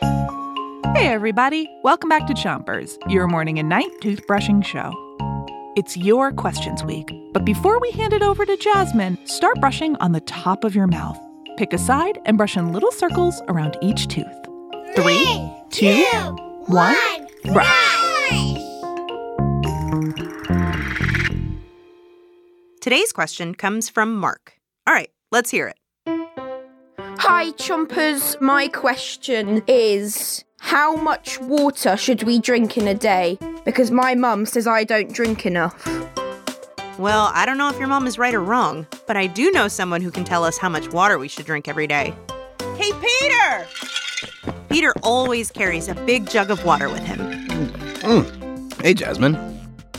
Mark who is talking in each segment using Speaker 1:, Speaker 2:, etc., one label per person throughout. Speaker 1: Hey, everybody. Welcome back to Chompers, your morning and night toothbrushing show. It's your questions week, but before we hand it over to Jasmine, start brushing on the top of your mouth. Pick a side and brush in little circles around each tooth. Three, two, one, brush.
Speaker 2: Today's question comes from Mark. All right, let's hear it.
Speaker 3: Hi, Chompers. My question is how much water should we drink in a day? Because my mum says I don't drink enough.
Speaker 2: Well, I don't know if your mom is right or wrong, but I do know someone who can tell us how much water we should drink every day. Hey, Peter! Peter always carries a big jug of water with him.
Speaker 4: Mm. Hey, Jasmine.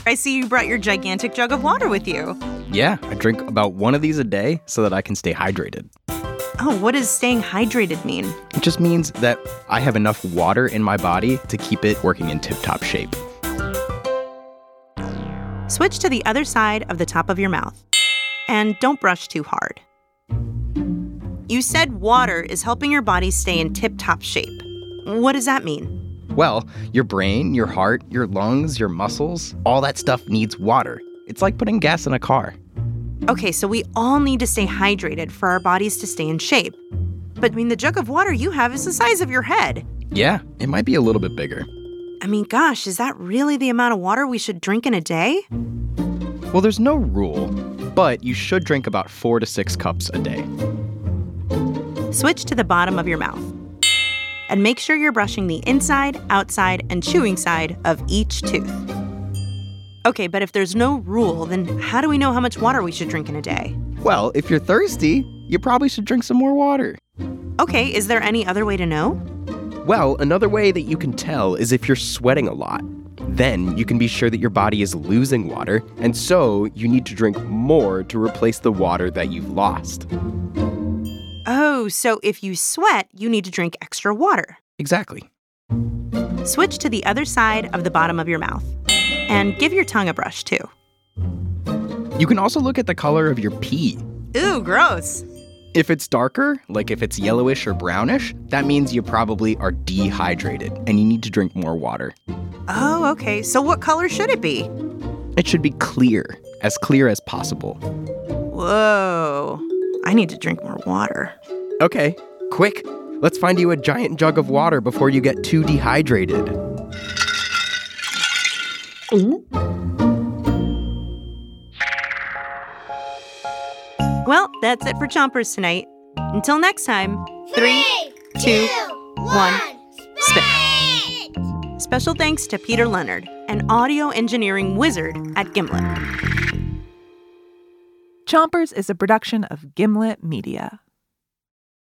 Speaker 2: I see you brought your gigantic jug of water with you.
Speaker 4: Yeah, I drink about one of these a day so that I can stay hydrated.
Speaker 2: Oh, what does staying hydrated mean?
Speaker 4: It just means that I have enough water in my body to keep it working in tip top shape.
Speaker 2: Switch to the other side of the top of your mouth. And don't brush too hard. You said water is helping your body stay in tip top shape. What does that mean?
Speaker 4: Well, your brain, your heart, your lungs, your muscles, all that stuff needs water. It's like putting gas in a car.
Speaker 2: Okay, so we all need to stay hydrated for our bodies to stay in shape. But I mean, the jug of water you have is the size of your head.
Speaker 4: Yeah, it might be a little bit bigger.
Speaker 2: I mean, gosh, is that really the amount of water we should drink in a day?
Speaker 4: Well, there's no rule, but you should drink about four to six cups a day.
Speaker 2: Switch to the bottom of your mouth. And make sure you're brushing the inside, outside, and chewing side of each tooth. Okay, but if there's no rule, then how do we know how much water we should drink in a day?
Speaker 4: Well, if you're thirsty, you probably should drink some more water.
Speaker 2: Okay, is there any other way to know?
Speaker 4: Well, another way that you can tell is if you're sweating a lot. Then you can be sure that your body is losing water, and so you need to drink more to replace the water that you've lost.
Speaker 2: Oh, so if you sweat, you need to drink extra water.
Speaker 4: Exactly.
Speaker 2: Switch to the other side of the bottom of your mouth. And give your tongue a brush too.
Speaker 4: You can also look at the color of your pee.
Speaker 2: Ooh, gross.
Speaker 4: If it's darker, like if it's yellowish or brownish, that means you probably are dehydrated and you need to drink more water.
Speaker 2: Oh, okay. So what color should it be?
Speaker 4: It should be clear, as clear as possible.
Speaker 2: Whoa. I need to drink more water.
Speaker 4: Okay, quick. Let's find you a giant jug of water before you get too dehydrated.
Speaker 2: Well, that's it for Chompers tonight. Until next time, three, two, one, spit. Special thanks to Peter Leonard, an audio engineering wizard at Gimlet.
Speaker 1: Chompers is a production of Gimlet Media.